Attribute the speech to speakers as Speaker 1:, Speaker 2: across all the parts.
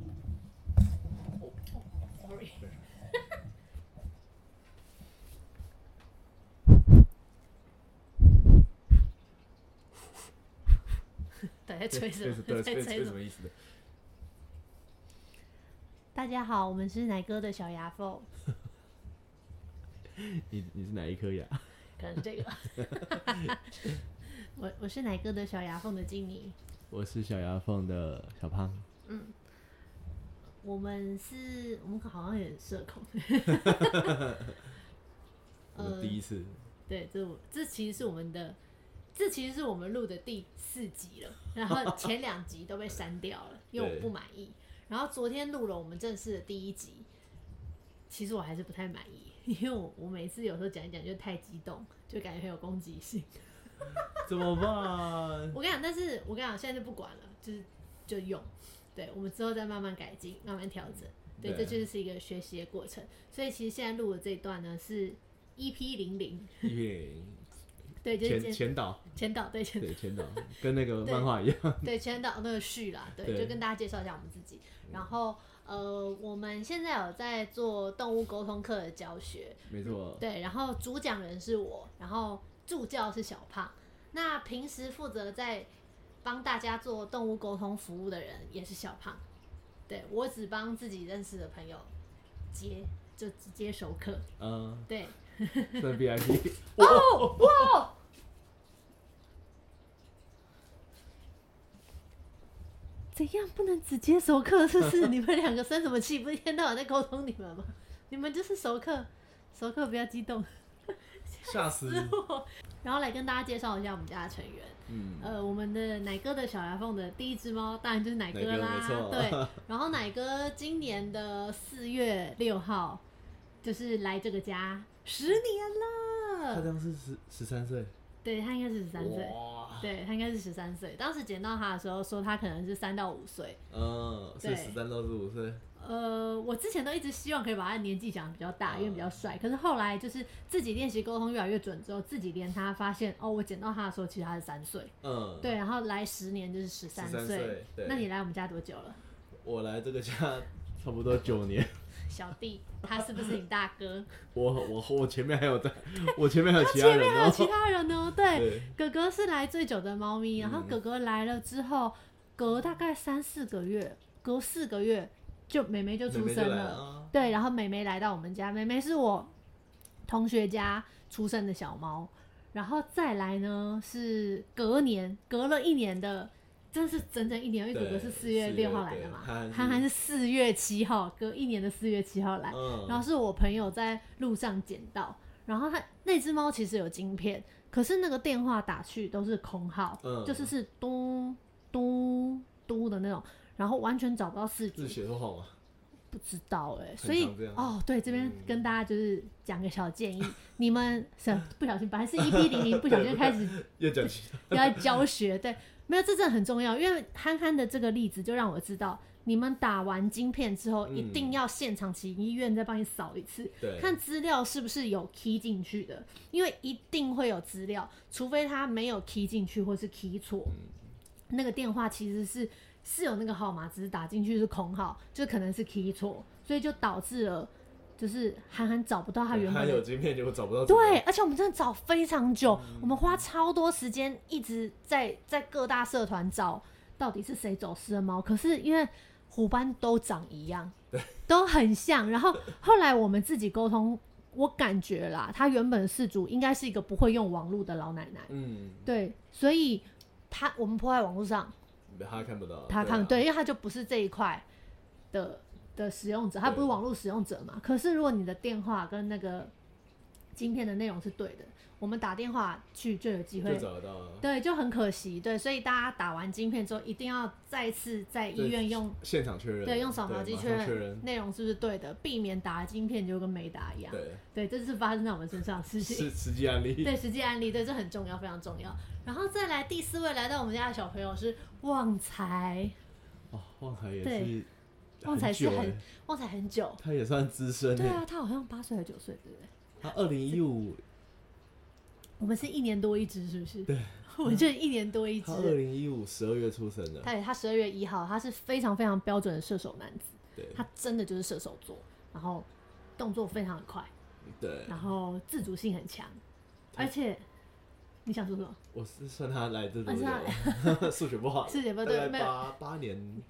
Speaker 1: 在吹什么？
Speaker 2: 对，
Speaker 1: 在
Speaker 2: 吹
Speaker 1: 吹
Speaker 2: 吹
Speaker 1: 什
Speaker 2: 什
Speaker 1: 么？
Speaker 2: 么意思的？
Speaker 1: 大家好，我们是奶哥的小牙缝，
Speaker 2: 你你是哪一颗牙？
Speaker 1: 可能是这个。 我我是奶哥的小牙缝的经理，
Speaker 2: 我是小牙缝的小胖。
Speaker 1: 我们是，我们好像也社恐。
Speaker 2: 我们第一次，
Speaker 1: 对，这我这其实是我们的，这其实是我们录的第四集了，然 后前两集都被删掉了，因为我
Speaker 2: 对
Speaker 1: 不满意。然后昨天录了我们正式的第一集，其实我还是不太满意，因为我我每次有时候讲一讲就太激动，就感觉很有攻击性。
Speaker 2: 怎么办？
Speaker 1: 我跟你讲，但是我跟你讲，现在就不管了，就是就用。对，我们之后再慢慢改进，慢慢调整。对，这
Speaker 2: 对
Speaker 1: 就是一个学习的过程。所以其实现在录的这一段呢是 EP 零零，
Speaker 2: 因为
Speaker 1: 对，就是
Speaker 2: 前
Speaker 1: 前
Speaker 2: 前导，
Speaker 1: 前导对前
Speaker 2: 对前导，跟那个
Speaker 1: 对
Speaker 2: 漫画一样。
Speaker 1: 对，前导那个序啦，对，
Speaker 2: 对
Speaker 1: 就跟大家介绍一下我们自己。然后呃，我们现在有在做动物沟通课的教学，
Speaker 2: 没错，
Speaker 1: 对，然后主讲人是我，然后助教是小胖。那平时负责在帮大家做动物沟通服务的人也是小胖，对我只帮自己认识的朋友接，就直接熟客，
Speaker 2: 嗯，
Speaker 1: 对，
Speaker 2: 算 VIP。
Speaker 1: 哦哇！怎样不能只接熟客？是不是你们两个生什么气？不是一天到晚在沟通你们吗？你们就是熟客，熟客不要激动。
Speaker 2: 吓死！
Speaker 1: 哦然后来跟大家介绍一下我们家的成员。
Speaker 2: 嗯，
Speaker 1: 呃，我们的奶哥的小牙缝的第一只猫，当然就是奶哥啦
Speaker 2: 奶。哥没错
Speaker 1: 对，然后奶哥今年的四月六号就是来这个家十年
Speaker 2: 他
Speaker 1: 了，
Speaker 2: 当时十十三岁，
Speaker 1: 对他应该是十呃三岁。
Speaker 2: 哇，
Speaker 1: 对他应该是十三岁，当时捡到他的时候说他可能是三到五岁。
Speaker 2: 嗯，是
Speaker 1: 对
Speaker 2: 十三到十五岁，
Speaker 1: 呃，我之前都一直希望可以把他年纪讲得比较大，因为比
Speaker 2: 嗯
Speaker 1: 较帅。可是后来就是自己练习沟通越来越准之后，自己连他发现哦，我捡到他的时候其实他是三岁，
Speaker 2: 嗯，
Speaker 1: 对，然后来十年就是十三
Speaker 2: 13岁对
Speaker 1: 那你来我们家多久了，
Speaker 2: 我来这个家差不多九年，
Speaker 1: 小弟？ 他是不是你大哥？
Speaker 2: 我我我前面还有在，我前面还有 其他
Speaker 1: 前
Speaker 2: 人
Speaker 1: 面还有
Speaker 2: 哦，
Speaker 1: 其他人 呢，对，
Speaker 2: 对，
Speaker 1: 哥哥是来最久的猫咪，然后
Speaker 2: 嗯
Speaker 1: 哥哥来了之后，隔大概三四个月，隔四个月就妹妹就
Speaker 2: 妹
Speaker 1: 出
Speaker 2: 妹就
Speaker 1: 生
Speaker 2: 来
Speaker 1: 了。
Speaker 2: 啊，
Speaker 1: 对，然后美美来到我们家，美美是我同学家出生的小猫，然后再来呢是隔年，隔了一年的，真是整整一年，因为哥哥
Speaker 2: 对
Speaker 1: 是四月
Speaker 2: 4
Speaker 1: 六号
Speaker 2: 月
Speaker 1: 来
Speaker 2: 对
Speaker 1: 的嘛
Speaker 2: 憨憨，是
Speaker 1: 憨憨是四月七号，隔一年的四月七号来，
Speaker 2: 嗯，
Speaker 1: 然后是我朋友在路上捡到，然后他那只猫其实有晶片，可是那个电话打去都是空号，
Speaker 2: 嗯
Speaker 1: 就是是嘟嘟嘟的那种，然后完全找不到四局
Speaker 2: 这是，血统好吗？
Speaker 1: 不知道哎、
Speaker 2: 常
Speaker 1: 所以
Speaker 2: 这样
Speaker 1: 哦，对，这边
Speaker 2: 嗯
Speaker 1: 跟大家就是讲个小建议， 你们是不小心，本来是 EP 零 零，不小心开始
Speaker 2: 又讲 起，
Speaker 1: 要教学，对，没有，这真的很重要，因为憨憨的这个例子就让我知道，你们打完晶片之后，
Speaker 2: 嗯
Speaker 1: 一定要现场请医院再帮你扫一次，
Speaker 2: 对，
Speaker 1: 看资料是不是有 key 进去的，因为一定会有资料，除非他没有 key 进去或是 key 错。
Speaker 2: 嗯
Speaker 1: 那个电话其实是是有那个号码，只是打进去是空号，就可能是 key 错，所以就导致了就是韩寒找不到他原
Speaker 2: 他
Speaker 1: 本
Speaker 2: 有
Speaker 1: 的。
Speaker 2: 晶片，结果找不到，
Speaker 1: 对，，而且我们真的找非常久，我们花超多时间一直在在各大社团找到底是谁走失的猫，可是因为虎斑都长一样，都很像。然后后来我们自己沟通，我感觉啦，他原本的事主应该是一个不会用网络的老奶奶，
Speaker 2: 嗯，
Speaker 1: 对，所以他我们泼在网络上，
Speaker 2: 他看不到，
Speaker 1: 他看
Speaker 2: 啊
Speaker 1: 对，因为他就不是这一块的的使用者，他不是
Speaker 2: 对
Speaker 1: 网络使用者嘛。可是如果你的电话跟那个晶片的内容是对的，我们打电话去就有机
Speaker 2: 就
Speaker 1: 会。
Speaker 2: 找得到啊，
Speaker 1: 对，就很可惜，对，所以大家打完晶片之后，一定要再次在医
Speaker 2: 对
Speaker 1: 院用
Speaker 2: 现场确认，
Speaker 1: 对用扫描机
Speaker 2: 马
Speaker 1: 确
Speaker 2: 上确
Speaker 1: 认
Speaker 2: 认，
Speaker 1: 内容是不是对的，避免打了晶片就跟没打一样。
Speaker 2: 对，
Speaker 1: 对，这是发生在我们身上的事情。
Speaker 2: 是实际案例，
Speaker 1: 对，实际案例，对，这很重要，非常重要。然后再来第四位来到我们家的小朋友是旺财，
Speaker 2: 哦，旺财也
Speaker 1: 对
Speaker 2: 是，
Speaker 1: 旺财是
Speaker 2: 久
Speaker 1: 很
Speaker 2: 欸
Speaker 1: 旺财很久，
Speaker 2: 他也算资深
Speaker 1: 对
Speaker 2: 欸，
Speaker 1: 啊，他好像八岁还是九岁，对不对？
Speaker 2: 他二零一五，
Speaker 1: 我们是一年多一只，是不是？对， 我就一年多一只
Speaker 2: 他。二零一五十二月出生的，
Speaker 1: 他也他十二月一号，他是非常非常标准的射手男子，
Speaker 2: 对
Speaker 1: 他真的就是射手座，然后动作非常的快，
Speaker 2: 对，
Speaker 1: 然后自主性很强，而且你想说什么？
Speaker 2: 我是算他来这
Speaker 1: 啊是
Speaker 2: 多久？ 数学不好，
Speaker 1: 是姐不
Speaker 2: 大
Speaker 1: 对，
Speaker 2: 概
Speaker 1: 没有
Speaker 2: 八八年，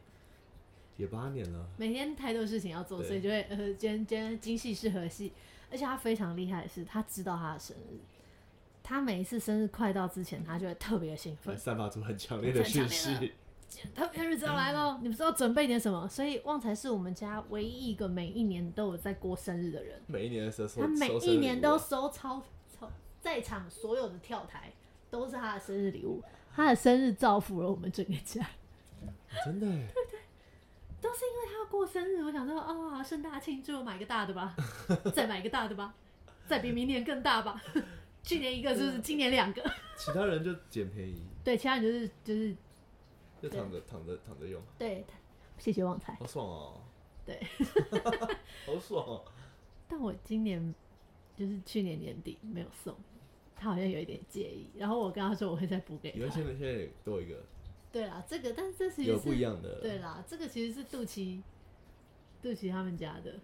Speaker 2: 也八年了。
Speaker 1: 每天太多事情要做，
Speaker 2: 对
Speaker 1: 所以就会呃，今天今天精细是和系，而且他非常厉害的是，他知道他的生日，他每一次生日快到之前，他就会特别兴奋，
Speaker 2: 散发出很强烈的
Speaker 1: 很强
Speaker 2: 讯
Speaker 1: 烈的
Speaker 2: 息，
Speaker 1: 特别日子要来了，你们知道准备点什么？所以旺财是我们家唯一一个每一年都有在过生日的人，
Speaker 2: 每一年的时候收，
Speaker 1: 他每
Speaker 2: 收生
Speaker 1: 一
Speaker 2: 日
Speaker 1: 年
Speaker 2: 礼
Speaker 1: 都
Speaker 2: 物啊
Speaker 1: 收超超在场所有的跳台都是他的生日礼物，他的生日造福了我们整个家。
Speaker 2: 啊真的耶，
Speaker 1: 都是因为他要过生日，我想说，哦，好盛大庆祝，买个大的 吧，再买一个大的吧，再比明年更大 吧。去年一个，是不是？
Speaker 2: 嗯
Speaker 1: 今年两个。
Speaker 2: 其他人就捡便宜，
Speaker 1: 对，其他人就是就是
Speaker 2: 就躺着躺着躺着用，
Speaker 1: 对，谢谢旺财。
Speaker 2: 好爽哦，
Speaker 1: 对，
Speaker 2: 好爽哦，
Speaker 1: 但我今年就是去年年底没有送，他好像有一点介意。然后我跟他说我会再补给
Speaker 2: 你看
Speaker 1: 他
Speaker 2: 现。在现在也多一个，
Speaker 1: 对啦，这个，但是这其实
Speaker 2: 有
Speaker 1: 是
Speaker 2: 不一样的，
Speaker 1: 对啦，这个其实是肚脐肚脐他们家的，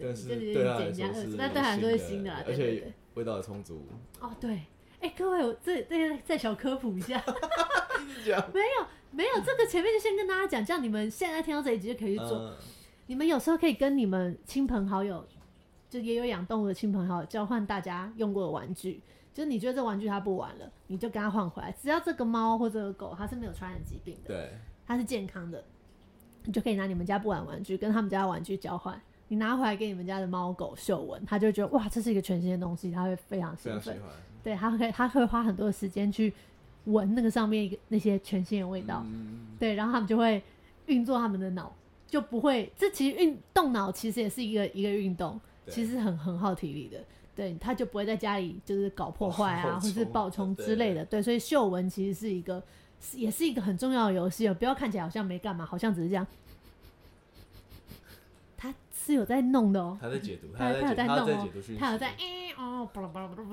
Speaker 2: 但
Speaker 1: 这
Speaker 2: 是
Speaker 1: 里
Speaker 2: 对他来
Speaker 1: 减
Speaker 2: 说
Speaker 1: 价
Speaker 2: 是
Speaker 1: 20那对他来说是新
Speaker 2: 新
Speaker 1: 的啦
Speaker 2: 而
Speaker 1: 对对
Speaker 2: 且
Speaker 1: 对
Speaker 2: 味道也 充足，
Speaker 1: 哦，对，哎、各位，我这这再小科普一下，
Speaker 2: 一直讲，
Speaker 1: 没有没有，这个前面就先跟大家讲，这样你们现在听到这一集就可以去做。
Speaker 2: 嗯
Speaker 1: 你们有时候可以跟你们亲朋好友，就也有养动物的亲朋好友交换大家用过的玩具。就是你觉得这玩具它不玩了，你就跟它换回来。只要这个猫或这个狗它是没有传染疾病的，
Speaker 2: 对，
Speaker 1: 它是健康的，你就可以拿你们家不玩玩具跟他们家的玩具交换。你拿回来给你们家的猫狗嗅闻，它就会觉得哇，这是一个全新的东西，它会非常
Speaker 2: 非
Speaker 1: 兴
Speaker 2: 常喜
Speaker 1: 奋。
Speaker 2: 欢，
Speaker 1: 对，他会他会花很多的时间去闻那个上面一个那些全新的味道，
Speaker 2: 嗯，
Speaker 1: 对，然后他们就会运作他们的脑，就不会。这其实运动脑其实也是一个一个运动，
Speaker 2: 对
Speaker 1: 其实很很耗体力的。对，他就不会在家里就是搞破坏啊，或
Speaker 2: 暴
Speaker 1: 是
Speaker 2: 冲
Speaker 1: 暴冲
Speaker 2: 对
Speaker 1: 之类的。对，所以嗅闻其实是一个，是也是一个很重要的游戏哦。不要看起来好像没干嘛，好像只是这样。他是有在弄的哦，
Speaker 2: 他在解读，
Speaker 1: 他
Speaker 2: 在
Speaker 1: 有
Speaker 2: 解
Speaker 1: 在
Speaker 2: 他
Speaker 1: 弄
Speaker 2: 在
Speaker 1: 哦
Speaker 2: 解读讯息，
Speaker 1: 他有在哎哦，巴拉巴拉巴拉巴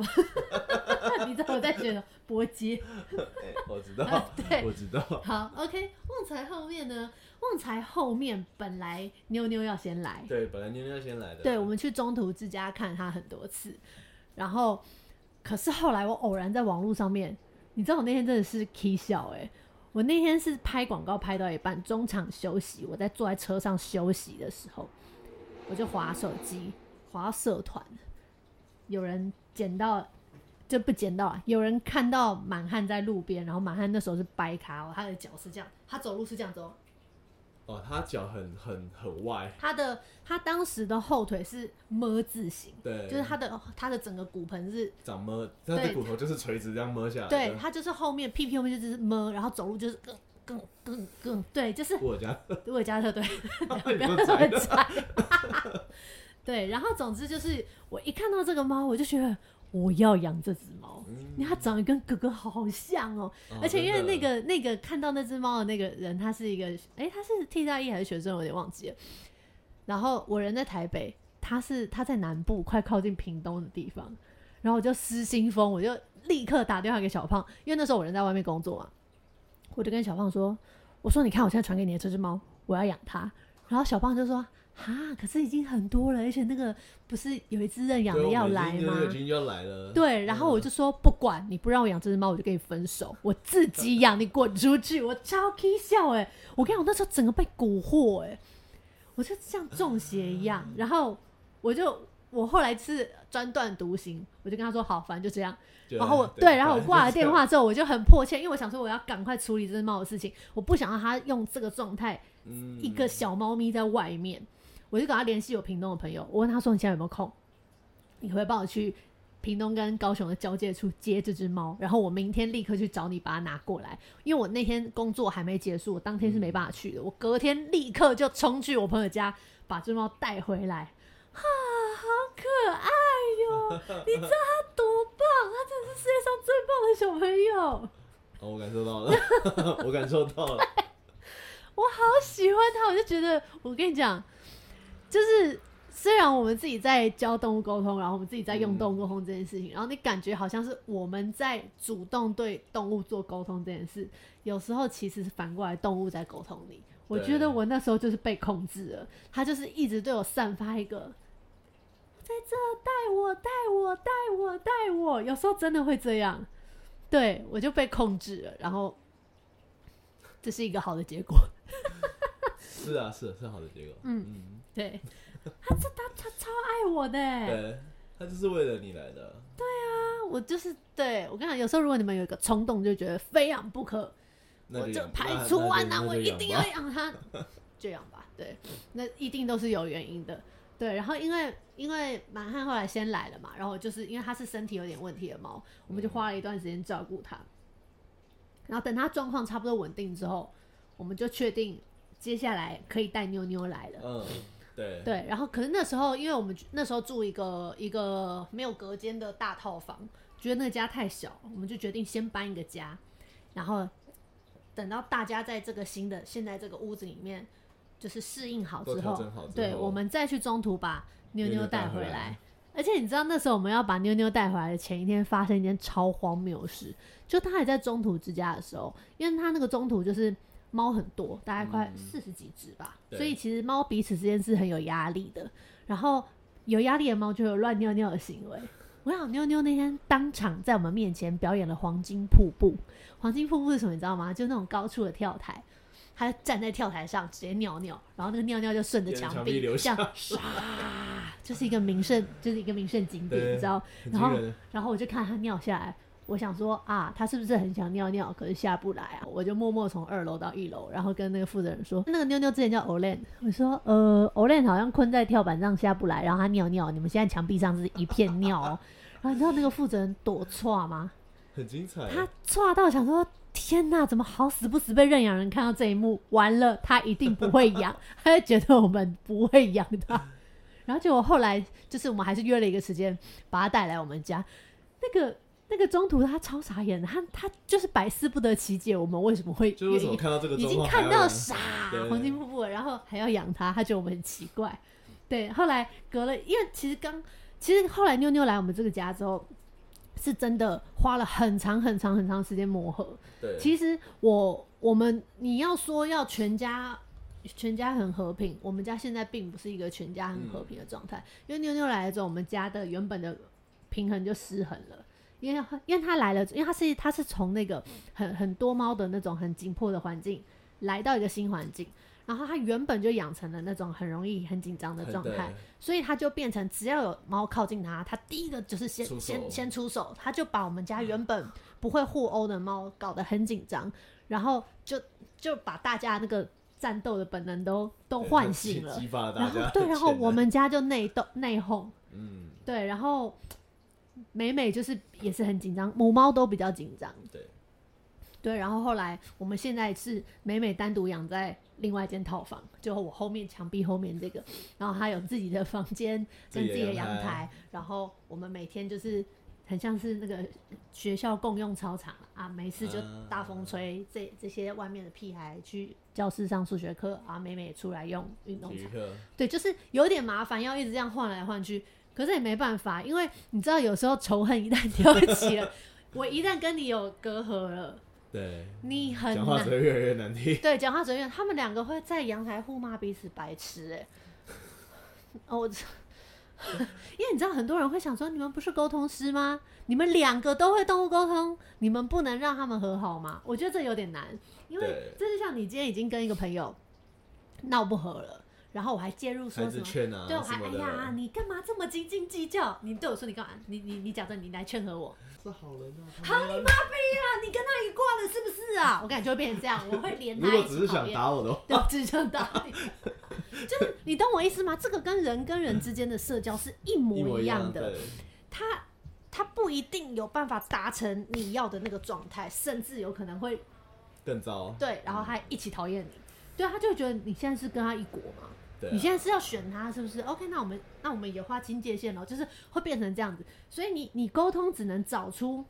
Speaker 1: 拉， 你知道我在哦学什么搏击？，
Speaker 2: 哎，我知道
Speaker 1: 对
Speaker 2: 我知道，
Speaker 1: 好，OK。旺财后面呢？旺财后面本来妞妞要先来，
Speaker 2: 对，本来妞妞先来的，
Speaker 1: 对我们去中途之家看他很多次，然后可是后来我偶然在网络上面，你知道我那天真的是 k 笑哎、我那天是拍广告拍到一半，中场休息，我在坐在车上休息的时候，我就划手机，划到社团，有人捡到。就不捡到啊！有人看到满汉在路边，然后满汉那时候是掰卡哦，他的脚是这样，他走路是这样走，
Speaker 2: 哦，他脚很很很外，
Speaker 1: 他的他当时的后腿是么字形，
Speaker 2: 对，
Speaker 1: 就是他的他的整个骨盆是，
Speaker 2: 长摸，他的
Speaker 1: 对
Speaker 2: 骨头就是垂直这样摸下来的。
Speaker 1: 对，他就是后面屁屁后面就是么，然后走路就是更更更更，对，就是
Speaker 2: 我家
Speaker 1: 如果加特对，
Speaker 2: 你
Speaker 1: 不要
Speaker 2: 都
Speaker 1: 这
Speaker 2: 摘
Speaker 1: 么
Speaker 2: 了
Speaker 1: 窄。 对，然后总之就是我一看到这个猫，我就觉得我要养这只猫。因为它长得跟哥哥好像哦，
Speaker 2: 嗯哦
Speaker 1: 而且因为
Speaker 2: 真的
Speaker 1: 那个那个看到那只猫的那个人，他是一个，哎、他是替代役还是学生，我有点忘记了。然后我人在台北，他是他在南部，快靠近屏东的地方。然后我就失心疯，我就立刻打电话给小胖，因为那时候我人在外面工作嘛，我就跟小胖说，我说你看我现在传给你的这只猫，我要养它。然后小胖就说，哈，可是已经很多了，而且那个不是有一只认养
Speaker 2: 对
Speaker 1: 的
Speaker 2: 我
Speaker 1: 要
Speaker 2: 们已
Speaker 1: 来
Speaker 2: 经
Speaker 1: 吗？
Speaker 2: 对已经要来了。
Speaker 1: 对，然后我就说不管你不让我养这只猫，我就跟你分手，我自 己养，你滚出去！我超 k 笑哎、我跟你讲，我那时候整个被蛊惑哎、我就像中邪一样，然后我就我后来是专断独行，我就跟他说好，反正就这样。
Speaker 2: 就，
Speaker 1: 然后我对，然后我挂了电，话之后，我就很迫切，因为我想说我要赶快处理这只猫的事情，我不想让它用这个状态
Speaker 2: 嗯
Speaker 1: 一个小猫咪在外面，我就赶快联系我屏东的朋友，我问他说你现在有没有空？你会帮我去屏东跟高雄的交界处接这只猫，然后我明天立刻去找你把它拿过来，因为我那天工作还没结束，我当天是没办法去的，我隔天立刻就冲去我朋友家把这猫带回来。啊，好可爱 哟！你知道它多棒？它真的是世界上最棒的小朋友。
Speaker 2: 哦，我感受到了， 我感受到了，
Speaker 1: 我好喜欢它，我就觉得，我跟你讲，就是虽然我们自己在教动物沟通，然后我们自己在用
Speaker 2: 嗯
Speaker 1: 动物沟通这件事情，然后你感觉好像是我们在主动对动物做沟通这件事，有时候其实是反过来动物在沟通你。我
Speaker 2: 对
Speaker 1: 觉得我那时候就是被控制了，它就是一直对我散发一个。在这带我带我带我带我，有时候真的会这样。对我就被控制了，然后这是一个好的结果。
Speaker 2: 是啊，是啊是好的结果。嗯
Speaker 1: 对，他这他他超爱我的欸，
Speaker 2: 对，他就是为了你来的。
Speaker 1: 啊我就是对我跟你讲，有时候如果你们有一个冲动，就觉得非养不可，
Speaker 2: 那
Speaker 1: 我
Speaker 2: 就
Speaker 1: 就
Speaker 2: 养
Speaker 1: 排除万
Speaker 2: 那
Speaker 1: 难，
Speaker 2: 就
Speaker 1: 我
Speaker 2: 那就
Speaker 1: 一
Speaker 2: 养
Speaker 1: 定
Speaker 2: 吧
Speaker 1: 要养它，就养吧。对，那一定都是有原因的。对，然后因为因为满汉后来先来了嘛，然后就是因为它是身体有点问题的猫，我们就花了一段时间照顾它。然后等它状况差不多稳定之后，我们就确定接下来可以带妞妞来了。
Speaker 2: 嗯，对，
Speaker 1: 对，然后可是那时候，因为我们那时候住一个一个没有隔间的大套房，觉得那个家太小，我们就决定先搬一个家，然后等到大家在这个新的现在这个屋子里面就是适应好
Speaker 2: 都
Speaker 1: 之
Speaker 2: 调
Speaker 1: 后，
Speaker 2: 整好之
Speaker 1: 对
Speaker 2: 后
Speaker 1: 我们再去中途把妞
Speaker 2: 妞
Speaker 1: 妞
Speaker 2: 妞带
Speaker 1: 带
Speaker 2: 回
Speaker 1: 回
Speaker 2: 来
Speaker 1: 来。而且你知道那时候我们要把妞妞带回来的前一天发生一件超荒谬的事，就它还在中途之家的时候，因为它那个中途就是猫很多，大概快
Speaker 2: 嗯
Speaker 1: 四十几只吧，
Speaker 2: 对
Speaker 1: 所以其实猫彼此之间是很有压力的。然后有压力的猫就有乱尿尿的行为。我想妞妞那天当场在我们面前表演了黄金瀑布。黄金瀑布是什么？你知道吗？就那种高处的跳台，它站在跳台上直接尿尿，然后那个尿尿就顺着
Speaker 2: 沿着墙
Speaker 1: 壁
Speaker 2: 壁流
Speaker 1: 这样唰，就是一个名胜，就是一个名胜景点，
Speaker 2: 对
Speaker 1: 你知道？
Speaker 2: 很
Speaker 1: 然
Speaker 2: 惊
Speaker 1: 后
Speaker 2: 人。
Speaker 1: 然后我就看他尿下来，我想说啊，他是不是很想尿尿，可是下不来啊？我就默默从二楼到一楼，然后跟那个负责人说，那个妞妞之前叫 Olen，我说呃，Olen 好像困在跳板上下不来，然后他尿尿，你们现在墙壁上是一片尿哦。 然后你知道那个负责人多错吗？
Speaker 2: 很精彩。
Speaker 1: 他错到想说。天呐，怎么好死不死被认养人看到这一幕？完了，他一定不会养，他就觉得我们不会养 他。然后结果后来就是我们还是约了一个时间，把他带来我们家。那个那个中途他超傻眼的，他他就是百思不得其解，我们为什么会
Speaker 2: 就是为什么
Speaker 1: 愿意
Speaker 2: 看到这个
Speaker 1: 已
Speaker 2: 状
Speaker 1: 经
Speaker 2: 况
Speaker 1: 看
Speaker 2: 还要
Speaker 1: 到
Speaker 2: 让
Speaker 1: 傻
Speaker 2: 对对
Speaker 1: 黄金瀑布了，然后还要养它，他觉得我们很奇怪。对，后来隔了，因为其实刚其实后来妞妞来我们这个家之后，是真的花了很长很长很长时间磨合。
Speaker 2: 对，
Speaker 1: 其实我我们你要说要全家全家很和平，我们家现在并不是一个全家很和平的状态，因为妞妞来了之后，我们家的原本的平衡就失衡了。因为因为她来了，因为她是她是从那个很很多猫的那种很紧迫的环境来到一个新环境，然后她原本就养成了那种很容易很紧张的
Speaker 2: 很
Speaker 1: 状
Speaker 2: 对
Speaker 1: 态，所以他就变成只要有猫靠近他，他第一个就是先
Speaker 2: 出手
Speaker 1: 先先出手，他就把我们家原本不会互殴的猫搞得很紧张，然后就就把大家那个战斗的本能都都
Speaker 2: 对
Speaker 1: 唤
Speaker 2: 他
Speaker 1: 醒
Speaker 2: 激
Speaker 1: 了
Speaker 2: 激，发 了大
Speaker 1: 然
Speaker 2: 家
Speaker 1: 后
Speaker 2: 的
Speaker 1: 对，然后
Speaker 2: 潜
Speaker 1: 我
Speaker 2: 能
Speaker 1: 们家就内斗内讧，
Speaker 2: 嗯，
Speaker 1: 对，然后美美就是也是很紧张，母猫都比较紧张，
Speaker 2: 对，
Speaker 1: 对，然后后来我们现在是美美单独养在另外一间套房，就我后面墙壁后面这个，然后她有自己的房间
Speaker 2: 自
Speaker 1: 跟
Speaker 2: 己
Speaker 1: 自
Speaker 2: 的
Speaker 1: 己的阳
Speaker 2: 阳台
Speaker 1: 台，然后我们每天就是很像是那个学校共用操场啊，没事就
Speaker 2: 啊
Speaker 1: 大风吹，这这些外面的屁孩去教室上数学课啊，美美也出来用运动
Speaker 2: 体
Speaker 1: 场
Speaker 2: 育，课
Speaker 1: 对，就是有点麻烦，要一直这样换来换去。可是也没办法，因为你知道，有时候仇恨一旦 挑起了，我一旦跟你有隔阂了，
Speaker 2: 对，
Speaker 1: 你很
Speaker 2: 讲话
Speaker 1: 难
Speaker 2: 只会越来越难 听。
Speaker 1: 对讲话责任，他们两个会在阳台互骂彼此白痴哎、哦，我 因为你知道很多人会想说，你们不是沟通师吗？你们两个都会动物沟通，你们不能让他们和好吗？我觉得这有点难，因为
Speaker 2: 对
Speaker 1: 这就像你今天已经跟一个朋友闹不和了，然后我还介入
Speaker 2: 孩
Speaker 1: 说什
Speaker 2: 子
Speaker 1: 么。
Speaker 2: 圈啊，
Speaker 1: 对，我
Speaker 2: 什
Speaker 1: 还哎
Speaker 2: 么
Speaker 1: 呀，
Speaker 2: 的，
Speaker 1: 你干嘛这么斤斤计较？你对我说你干嘛？你你你假装你来劝和我，
Speaker 2: 是好人啊。
Speaker 1: 好你妈逼了，你跟他一挂了是不是啊？我感觉就会变成这样，我会连
Speaker 2: 如
Speaker 1: 他
Speaker 2: 果
Speaker 1: 一
Speaker 2: 只
Speaker 1: 起
Speaker 2: 是
Speaker 1: 讨
Speaker 2: 想
Speaker 1: 厌。
Speaker 2: 打我的话，
Speaker 1: 对，智障大意。就是你懂我意思吗？这个跟人跟人之间的社交是一
Speaker 2: 一模
Speaker 1: 模
Speaker 2: 一
Speaker 1: 样的，
Speaker 2: 的，
Speaker 1: 他他不一定有办法达成你要的那个状态，甚至有可能会
Speaker 2: 更糟。
Speaker 1: 对，然后他一起讨厌你，对，啊他就会觉得你现在是跟他一国嘛，
Speaker 2: 对啊，
Speaker 1: 你现在是要选他是不是？OK，那我们那我们也划清界限了，就是会变成这样子。所以你你沟通只能找出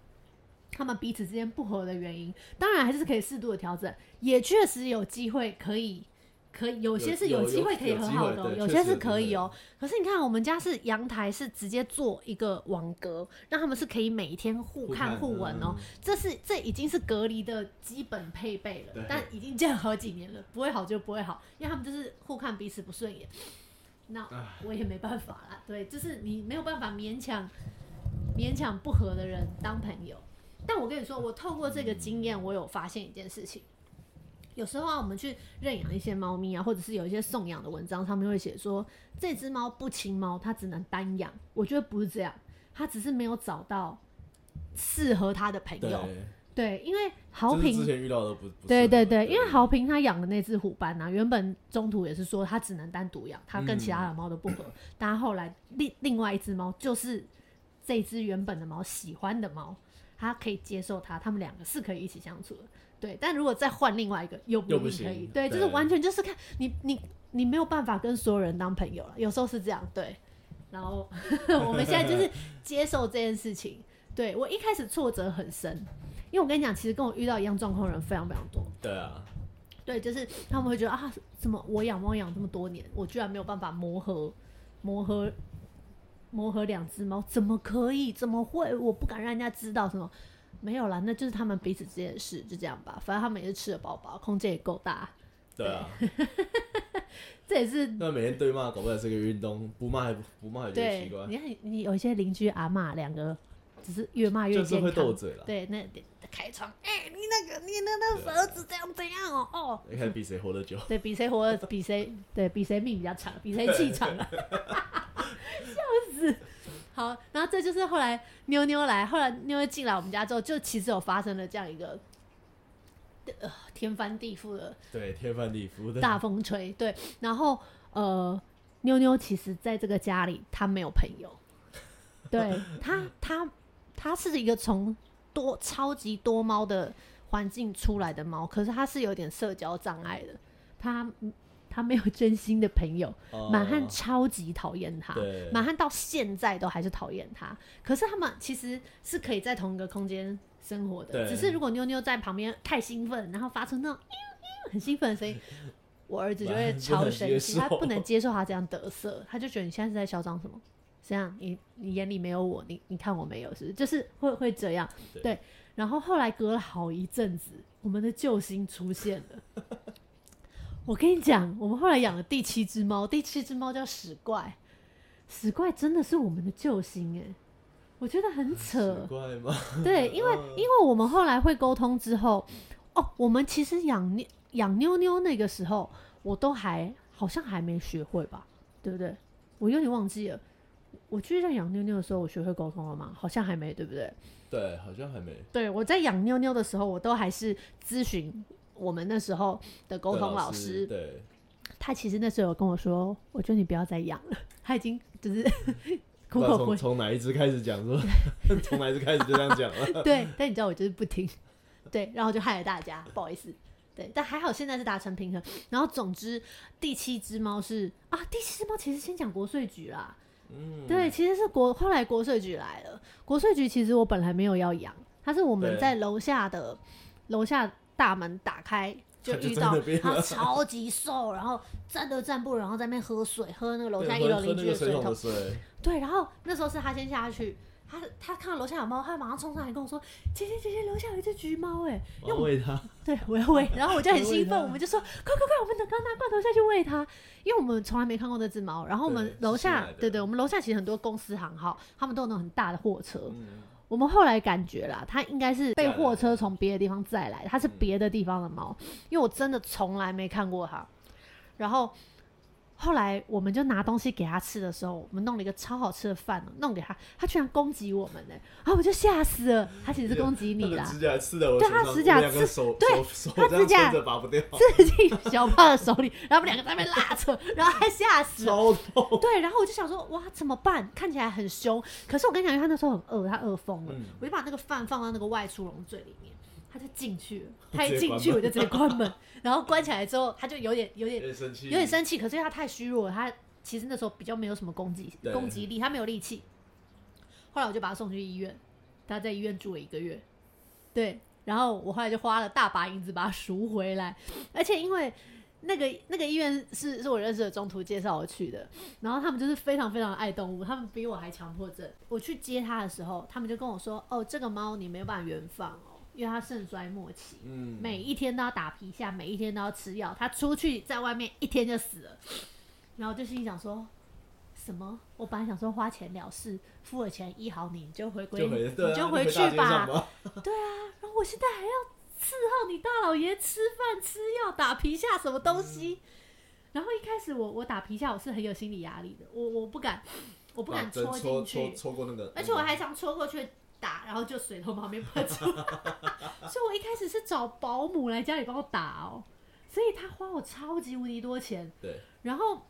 Speaker 1: 他们彼此之间不合的原因，当然还是可以适度的调整，也确实有机会可以。可以有些是
Speaker 2: 有
Speaker 1: 机会
Speaker 2: 有
Speaker 1: 可以
Speaker 2: 有
Speaker 1: 和
Speaker 2: 机
Speaker 1: 好
Speaker 2: 会
Speaker 1: 的、哦，
Speaker 2: 对
Speaker 1: 有
Speaker 2: 确
Speaker 1: 些
Speaker 2: 实
Speaker 1: 是
Speaker 2: 有机
Speaker 1: 可
Speaker 2: 会
Speaker 1: 以哦、可是你看，我们家是阳台是直接做一个网格，让他们是可以每天互
Speaker 2: 互
Speaker 1: 看
Speaker 2: 看
Speaker 1: 互闻哦、
Speaker 2: 嗯
Speaker 1: 这是这已经是隔离的基本配备了
Speaker 2: 对，
Speaker 1: 但已经这样好几年了， 不会好就不会好，因为他们就是互看彼此不顺眼。那
Speaker 2: 唉
Speaker 1: 我也没办法啦，对，就是你没有办法勉强勉强不和的人当朋友，但我跟你说，我透过这个经验，我有发现一件事情。有时候啊我们去认养一些猫咪啊，或者是有一些送养的文章，上面会写说这只猫不亲猫，它只能单养。我觉得不是这样，它只是没有找到适合它的朋
Speaker 2: 对，
Speaker 1: 友。对，因为好
Speaker 2: 这是
Speaker 1: 评
Speaker 2: 之前遇到的不不是
Speaker 1: 对对
Speaker 2: 的
Speaker 1: 对，因为豪平他养的那只虎斑啊，原本中途也是说他只能单独养，他跟其
Speaker 2: 嗯
Speaker 1: 他的猫都不合。但他后来另另外一只猫就是这只原本的猫喜欢的猫，他可以接受它，他们两个是可以一起相处的。对，但如果再换另外一个，又不
Speaker 2: 又不
Speaker 1: 一定可以。
Speaker 2: 行
Speaker 1: 对，就是
Speaker 2: 对
Speaker 1: 完全就是看你你你没有办法跟所有人当朋友了，有时候是这样。对，然后我们现在就是接受这件事情。对我一开始挫折很深，因为我跟你讲，其实跟我遇到一样状况的人非常非常多。
Speaker 2: 对啊，
Speaker 1: 对，就是他们会觉得啊，怎么我养猫养这么多年，我居然没有办法磨合、磨合、磨合两只猫，怎么可以？怎么会？我不敢让人家知道什么。没有啦，那就是他们彼此之间的事，就这样吧。反正他们也是吃了饱饱，空间也够大，
Speaker 2: 对啊，
Speaker 1: 这也是
Speaker 2: 那每天对骂，搞不好也是个运动，不骂还不不骂还觉得奇
Speaker 1: 对
Speaker 2: 怪。，
Speaker 1: 你看，你有一些邻居阿骂两个，只是越骂越
Speaker 2: 就
Speaker 1: 健康，
Speaker 2: 是会斗嘴啊了，
Speaker 1: 对，那开窗，哎、你那个你那
Speaker 2: 啊
Speaker 1: 那儿子怎样怎样哦哦，
Speaker 2: 你看比谁活得久，
Speaker 1: 对比谁活得，比谁对比谁命比较长，比谁气长啊，笑死。好，然后这就是后来妞妞来，后来妞妞进来我们家之后，就其实有发生了这样一个。呃，天翻地覆的
Speaker 2: 对，天翻地覆的，
Speaker 1: 大风吹，对。然后呃，妞妞其实在这个家里，她没有朋 友，对她，她，她是一个从多超级多猫的环境出来的猫，可是她是有点社交障碍的，她她没有真心的朋友，
Speaker 2: 哦
Speaker 1: 满汉超级讨厌她。
Speaker 2: 对，
Speaker 1: 满汉到现在都还是讨厌他，可是他们其实是可以在同一个空间生活的，
Speaker 2: 对
Speaker 1: 只是如果妞妞在旁边太兴奋，然后发出那种喵喵很兴奋的声音，我儿子就会超生气， 他
Speaker 2: 满汉
Speaker 1: 不
Speaker 2: 不能接受
Speaker 1: 能接受他这样得瑟，他就觉得你现在是在嚣张什么？这样你你眼里没有我，你你看我没有，是不是就是会会这样
Speaker 2: 对
Speaker 1: 对。然后后来隔了好一阵子，我们的救星出现了。我跟你
Speaker 2: 嗯
Speaker 1: 讲，我们后来养了第七只猫，第七只猫叫史怪，史怪真的是我们的救星哎、我觉得很扯
Speaker 2: 奇。嗯怪嗯吗？
Speaker 1: 对，因为因为我们后来会沟通之后，哦，我们其实养妞养妞妞那个时候，我都还好像还没学会吧，对不对？我有点忘记了。我去认养妞妞的时候，我学会沟通了吗？好像还没，对不对？
Speaker 2: 对，好像还没
Speaker 1: 对，我在养妞妞的时候，我都还是咨询我们那时候的沟
Speaker 2: 对
Speaker 1: 通
Speaker 2: 老
Speaker 1: 师，
Speaker 2: 对，
Speaker 1: 他其实那时候有跟我说，我觉得你不要再养了， 他已经就是 苦
Speaker 2: 不知
Speaker 1: 口
Speaker 2: 道
Speaker 1: 婆
Speaker 2: 从从哪一只开始讲是吧？从哪一只开始就这样讲了？
Speaker 1: 对，但你知道我就是不听， 对，然后就害了大家，不好意思。对，但还好现在是达成平衡。然后总之，第七只猫是啊，第七只猫其实先讲国税局啦，
Speaker 2: 嗯，
Speaker 1: 对，其实是国后来国税局来了。国税局其实我本来没有要养，它是我们
Speaker 2: 对
Speaker 1: 在楼下的楼下大门打开。就
Speaker 2: 它就
Speaker 1: 遇
Speaker 2: 在
Speaker 1: 到
Speaker 2: 那边
Speaker 1: 它
Speaker 2: 了
Speaker 1: 超级瘦，然后站都站不稳，然后在那边喝水，喝那个楼
Speaker 2: 对，
Speaker 1: 下
Speaker 2: 喝
Speaker 1: 一楼
Speaker 2: 喝
Speaker 1: 邻
Speaker 2: 那
Speaker 1: 居
Speaker 2: 个
Speaker 1: 的水
Speaker 2: 水桶
Speaker 1: 桶
Speaker 2: 的，水，
Speaker 1: 对，然后那时候是他先下去，他他看到楼下有猫，他马上冲上来跟我说：“姐姐姐姐，楼下有一只橘猫哎
Speaker 2: 我要喂它，！”
Speaker 1: 对，我要喂，然后我就很兴
Speaker 2: 喂
Speaker 1: 奋，
Speaker 2: 它
Speaker 1: 我们就说：“快快快，我们刚拿罐头下去喂它，因为我们从来没看过那只猫。”然后我们
Speaker 2: 对
Speaker 1: 楼
Speaker 2: 是新
Speaker 1: 下
Speaker 2: 来，的
Speaker 1: 对对，我们楼下其实很多公司行号，他们都有那种很大的货车。
Speaker 2: 嗯，
Speaker 1: 我们后来感觉啦，它应该是被
Speaker 2: 载来
Speaker 1: 货
Speaker 2: 的
Speaker 1: 车从别的地方载来，它是
Speaker 2: 嗯
Speaker 1: 别的地方的猫，因为我真的从来没看过它。然后后来我们就拿东西给它吃的时候，我们弄了一个超好吃的饭哦弄给它，它居然攻击我们呢、然后我就吓死了，它其实是攻击你
Speaker 2: 它
Speaker 1: 啦
Speaker 2: 的，指甲刺在我
Speaker 1: 对
Speaker 2: 手上，
Speaker 1: 它指甲
Speaker 2: 我两
Speaker 1: 刺
Speaker 2: 个手
Speaker 1: 对
Speaker 2: 手手
Speaker 1: 它
Speaker 2: 这样
Speaker 1: 指甲
Speaker 2: 牵着拔不掉，
Speaker 1: 自己小胖的手里，然后我们两个在那边拉扯，然后它吓死了。
Speaker 2: 超痛，
Speaker 1: 对，然后我就想说，哇，怎么办？看起来很凶，可是我跟你讲，因为他那时候很饿，他饿疯了，
Speaker 2: 嗯
Speaker 1: 我就把那个饭放到那个外出笼嘴里面，他就进去了。他一
Speaker 2: 直接
Speaker 1: 进
Speaker 2: 关
Speaker 1: 去，
Speaker 2: 门
Speaker 1: 我就直接关门， 然后关起来之后，他就有点有
Speaker 2: 有
Speaker 1: 点
Speaker 2: 点生气，
Speaker 1: 有点生气，可是因为他太虚弱了，他其实那时候比较没有什么攻击
Speaker 2: 对
Speaker 1: 攻击力，他没有力气。后来我就把他送去医院，他在医院住了一个月，对，然后我后来就花了大把银子把他赎回来，而且因为。那个那个医院是是我认识的中途介绍我去的，然后他们就是非常非常爱动物，他们比我还强迫症。我去接他的时候，他们就跟我说：“哦，这个猫你没有办法原放哦，因为它肾衰末期。”
Speaker 2: 嗯，
Speaker 1: 每一天都要打皮下，每一天都要吃药。他出去在外面一天就死了，然后我就心里想说，什么？我本来想说花钱了事，付了钱医好你，你就回归，
Speaker 2: 就回对啊
Speaker 1: 你就
Speaker 2: 回
Speaker 1: 回去
Speaker 2: 大街
Speaker 1: 吧
Speaker 2: 上。吧。
Speaker 1: 对啊，然后我现在还要伺候你大老爷吃饭、吃药、打皮下什么东
Speaker 2: 嗯
Speaker 1: 西。然后一开始我我打皮下我是很有心理压力的，我我不敢，我不
Speaker 2: 把
Speaker 1: 敢
Speaker 2: 针
Speaker 1: 戳进
Speaker 2: 戳
Speaker 1: 去
Speaker 2: 戳，戳过那个，
Speaker 1: 而且我还常戳过去打，然后就水从旁边喷出来。 所以我一开始是找保姆来家里帮我打哦，所以他花我超级无敌多钱，
Speaker 2: 对，
Speaker 1: 然后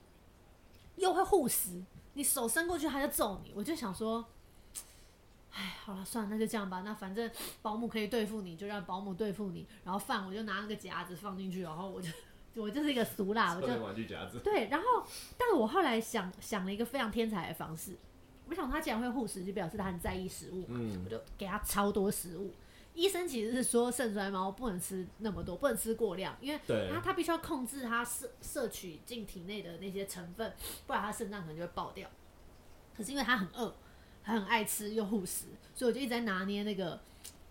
Speaker 1: 又会护食，你手伸过去他就揍你，我就想说，哎，好了，算了，那就这样吧。那反正保姆可以对付你，就让保姆对付你。然后饭我就拿那个夹子放进去，然后我就 我就是一个俗啦，我
Speaker 2: 抽
Speaker 1: 就
Speaker 2: 点玩具夹子，
Speaker 1: 对。然后，但我后来想想了一个非常天才的方式，我想他既然会护食，就表示他很在意食物嘛。
Speaker 2: 嗯
Speaker 1: 我，就给他超多食物。医生其实是说肾衰猫不能吃那么多，不能吃过量，因为
Speaker 2: 对
Speaker 1: 它它必须要控制它摄摄取进体内的那些成分，不然它肾脏可能就会爆掉。可是因为它很饿，它很爱吃又护食，所以我就一直在拿捏那个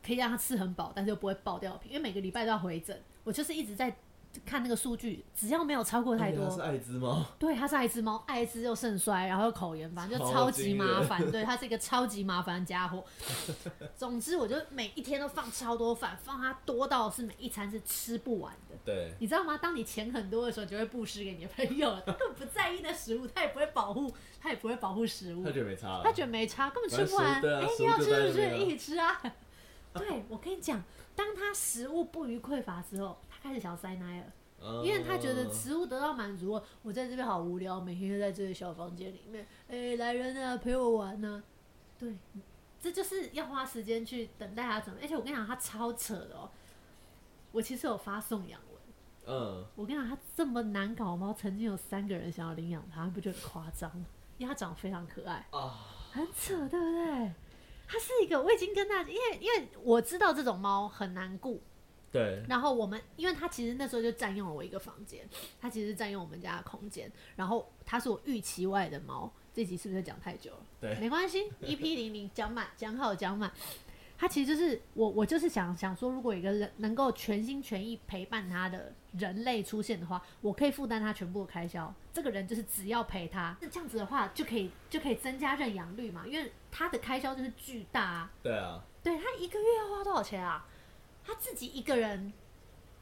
Speaker 1: 可以让它吃很饱，但是又不会爆掉的频，因为每个礼拜都要回诊，我就是一直在看那个数据，只要没有超过太多，
Speaker 2: 而且它是艾滋吗？
Speaker 1: 对，它是艾滋猫，艾滋又肾衰，然后又口炎，反正就
Speaker 2: 超
Speaker 1: 超级
Speaker 2: 惊
Speaker 1: 麻
Speaker 2: 人
Speaker 1: 烦。 对，它是一个超级麻烦的家伙。总之，我就每一天都放超多饭，放它多到是每一餐是吃不完的。
Speaker 2: 对，
Speaker 1: 你知道吗？当你钱很多的时候，你就会布施给你的朋友了。他根本不在意那食物，他也不会保护，他也不会保护食物
Speaker 2: 他。觉得没差了，
Speaker 1: 他觉得没差，根本吃不完。
Speaker 2: 反正食物对啊
Speaker 1: 哎、
Speaker 2: 食
Speaker 1: 你
Speaker 2: 物
Speaker 1: 要
Speaker 2: 就
Speaker 1: 吃
Speaker 2: 在
Speaker 1: 是不
Speaker 2: 那
Speaker 1: 是
Speaker 2: 边啊
Speaker 1: 一起吃啊？ 对，我跟你讲，当他食物不予匮乏之后，他开始想塞奶了。
Speaker 2: 嗯
Speaker 1: 因为他觉得食物得到满足，我在这边好无聊，每天就在这个小房间里面，哎、来人啊，陪我玩呢、对，这就是要花时间去等待他准备。而且我跟你讲，他超扯的哦。我其实有发送养文，
Speaker 2: 嗯，
Speaker 1: 我跟你讲，他这么难搞的猫，曾经有三个人想要领养它，你不觉得很夸张吗？因为它长得非常可爱。
Speaker 2: 啊，
Speaker 1: 很扯，对不对？它是一个，我已经跟大家，因为因为我知道这种猫很难顾，
Speaker 2: 对，
Speaker 1: 然后我们，因为它其实那时候就占用了我一个房间，它其实占用我们家的空间。然后它是我预期外的猫，这集是不是讲太久了？
Speaker 2: 对
Speaker 1: 没关系，EP 零零讲满，讲好讲满。它其实就是我，我就是想想说，如果有一个人能够全心全意陪伴它的人类出现的话，我可以负担它全部的开销。这个人就是只要陪它，那这样子的话就可以就可以增加认养率嘛，因为它的开销就是巨大、啊。
Speaker 2: 对啊，
Speaker 1: 对他一个月要花多少钱啊？他自己一个人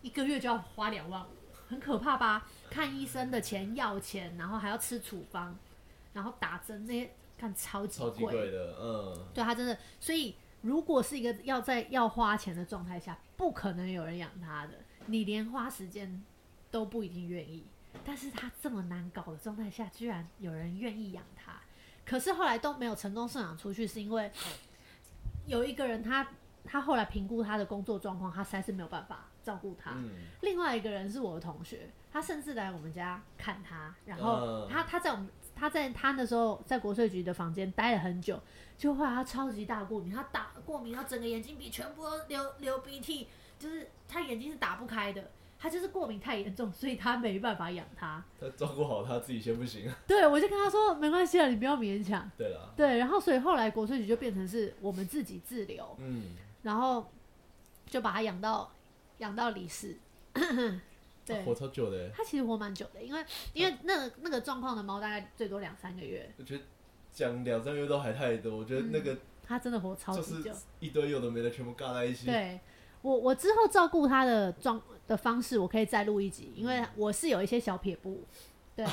Speaker 1: 一个月就要花两万五，很可怕吧？看医生的钱、药钱，然后还要吃处方，然后打针那些，看超级
Speaker 2: 超级贵的，嗯，
Speaker 1: 对他真的，所以如果是一个要在要花钱的状态下，不可能有人养它的，你连花时间都不一定愿意。但是它这么难搞的状态下，居然有人愿意养它，可是后来都没有成功送养出去，是因为有一个人
Speaker 2: 嗯
Speaker 1: 他他后来评估他的工作状况，他实在是没有办法照顾它。
Speaker 2: 嗯，
Speaker 1: 另外一个人是我的同学，他甚至来我们家看他，然后
Speaker 2: 嗯
Speaker 1: 他他在我们他在他那时候在国税局的房间待了很久，就后来他超级大过敏，他打过敏，他整个眼睛鼻全部都流流鼻涕，就是他眼睛是打不开的，他就是过敏太严重，所以他没办法养他。
Speaker 2: 他照顾好他自己先不行，啊
Speaker 1: 对我就跟他说没关系了，啊你不要勉强。
Speaker 2: 对啦，
Speaker 1: 对，然后所以后来国税局就变成是我们自己自留，
Speaker 2: 嗯，
Speaker 1: 然后就把他养到养到离世。 对，
Speaker 2: 啊活超久的，
Speaker 1: 它其实活蛮久的，因为因为那个那个状况的猫大概最多两三个月，
Speaker 2: 我觉得讲两三个月都还太多，我觉得那个
Speaker 1: 它真的活超
Speaker 2: 就
Speaker 1: 级嗯久
Speaker 2: 是。一堆有的没的全部尬在一起，
Speaker 1: 对我我之后照顾它的状的方式，我可以再录一集，因为
Speaker 2: 嗯
Speaker 1: 我是有一些小撇步， 对
Speaker 2: 啊